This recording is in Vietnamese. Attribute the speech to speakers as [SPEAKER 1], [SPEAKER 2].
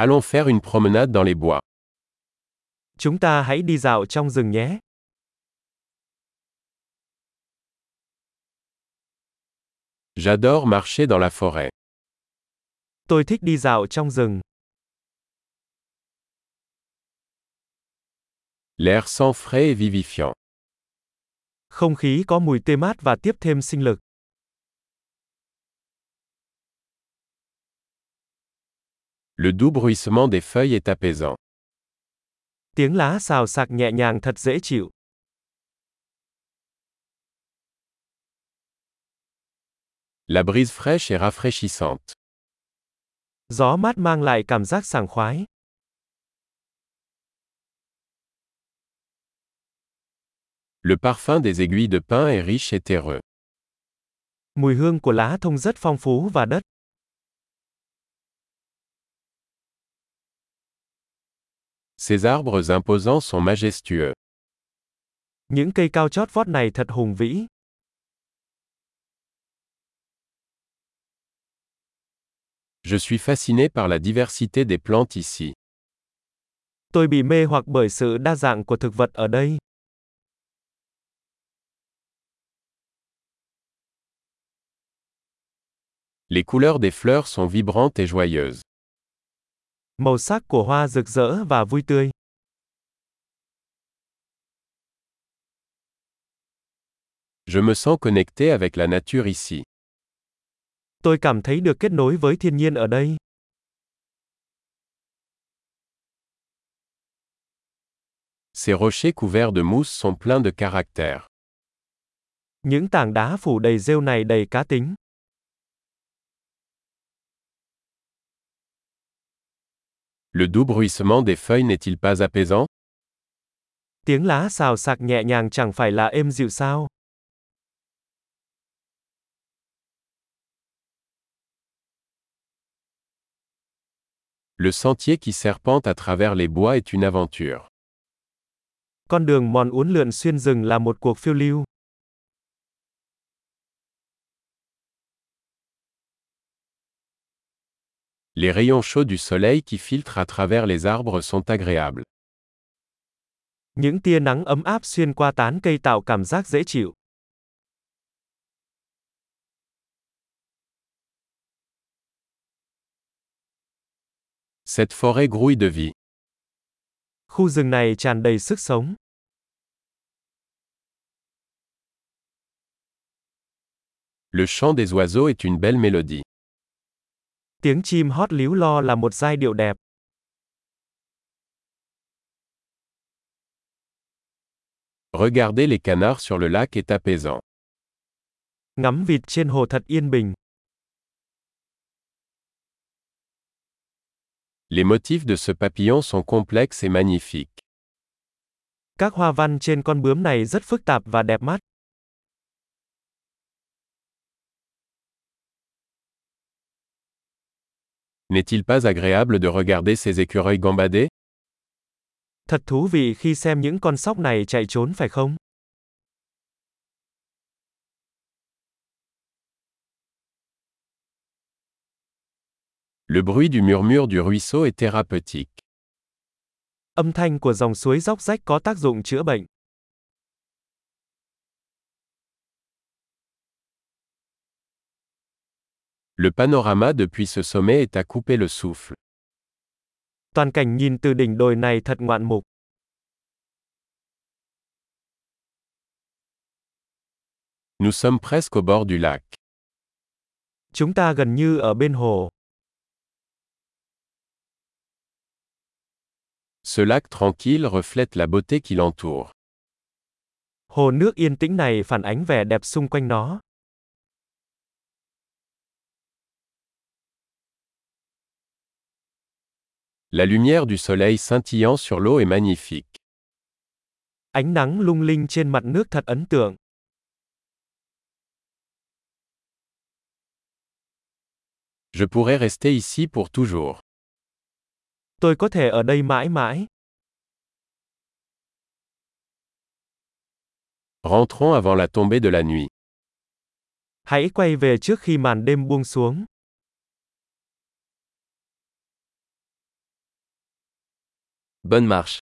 [SPEAKER 1] Allons faire une promenade dans les bois.
[SPEAKER 2] Chúng ta hãy đi dạo trong rừng nhé.
[SPEAKER 1] J'adore marcher dans la forêt.
[SPEAKER 2] Tôi thích đi dạo trong rừng.
[SPEAKER 1] L'air sent frais et vivifiant.
[SPEAKER 2] Không khí có mùi tê mát và tiếp thêm sinh lực.
[SPEAKER 1] Le doux bruissement des feuilles est apaisant.
[SPEAKER 2] Tiếng lá xào xạc nhẹ nhàng thật dễ chịu.
[SPEAKER 1] La brise fraîche est rafraîchissante.
[SPEAKER 2] Gió mát mang lại cảm giác sảng khoái.
[SPEAKER 1] Le parfum des aiguilles de pin est riche et terreux.
[SPEAKER 2] Mùi hương của lá thông rất phong phú và đất.
[SPEAKER 1] Ces arbres imposants sont majestueux.
[SPEAKER 2] Những cây cao chót vót này thật hùng vĩ.
[SPEAKER 1] Je suis fasciné par la diversité des plantes ici.
[SPEAKER 2] Tôi bị mê hoặc bởi sự đa dạng của thực vật ở đây.
[SPEAKER 1] Les couleurs des fleurs sont vibrantes et joyeuses.
[SPEAKER 2] Màu sắc của hoa rực rỡ và vui tươi.
[SPEAKER 1] Je me sens connecté avec la nature ici.
[SPEAKER 2] Tôi cảm thấy được kết nối với thiên nhiên ở đây.
[SPEAKER 1] Ces rochers couverts de mousse sont pleins de caractère.
[SPEAKER 2] Những tảng đá phủ đầy rêu này đầy cá tính.
[SPEAKER 1] Le doux bruissement des feuilles n'est-il pas apaisant
[SPEAKER 2] Tiếng lá xào xạc nhẹ nhàng chẳng phải là êm dịu sao?
[SPEAKER 1] Le sentier qui serpente à travers les bois est une aventure.
[SPEAKER 2] Con đường mòn uốn lượn xuyên rừng là một cuộc phiêu lưu.
[SPEAKER 1] Les rayons chauds du soleil qui filtrent à travers les arbres sont agréables.
[SPEAKER 2] Những tia nắng ấm áp xuyên qua tán cây tạo cảm giác dễ chịu.
[SPEAKER 1] Cette forêt grouille de vie.
[SPEAKER 2] Khu rừng này tràn đầy sức sống.
[SPEAKER 1] Le chant des oiseaux est une belle mélodie.
[SPEAKER 2] Tiếng chim hót líu lo là một giai điệu đẹp.
[SPEAKER 1] Regarder les canards sur le lac est apaisant.
[SPEAKER 2] Ngắm vịt trên hồ thật yên bình.
[SPEAKER 1] Les motifs de ce papillon sont complexes et magnifiques.
[SPEAKER 2] Các hoa văn trên con bướm này rất phức tạp và đẹp mắt.
[SPEAKER 1] N'est-il pas agréable de regarder ces écureuils gambader
[SPEAKER 2] Thật thú vị khi xem những con sóc này chạy trốn phải không?
[SPEAKER 1] Le bruit du murmure du ruisseau est thérapeutique.
[SPEAKER 2] Âm thanh của dòng suối róc rách có tác dụng chữa bệnh.
[SPEAKER 1] Le panorama depuis ce sommet est à couper le souffle.
[SPEAKER 2] Toàn cảnh nhìn từ đỉnh đồi này thật ngoạn mục.
[SPEAKER 1] Nous sommes presque au bord du lac.
[SPEAKER 2] Chúng ta gần như ở bên hồ.
[SPEAKER 1] Ce lac tranquille reflète la beauté qui l'entoure.
[SPEAKER 2] Hồ nước yên tĩnh này phản ánh vẻ đẹp xung quanh nó.
[SPEAKER 1] La lumière du soleil scintillant sur l'eau est magnifique.
[SPEAKER 2] Ánh nắng lung linh trên mặt nước thật ấn tượng.
[SPEAKER 1] Je pourrais rester ici pour toujours.
[SPEAKER 2] Tôi có thể ở đây mãi mãi.
[SPEAKER 1] Rentrons avant la tombée de la nuit.
[SPEAKER 2] Hãy quay về trước khi màn đêm buông xuống.
[SPEAKER 3] Bonne marche.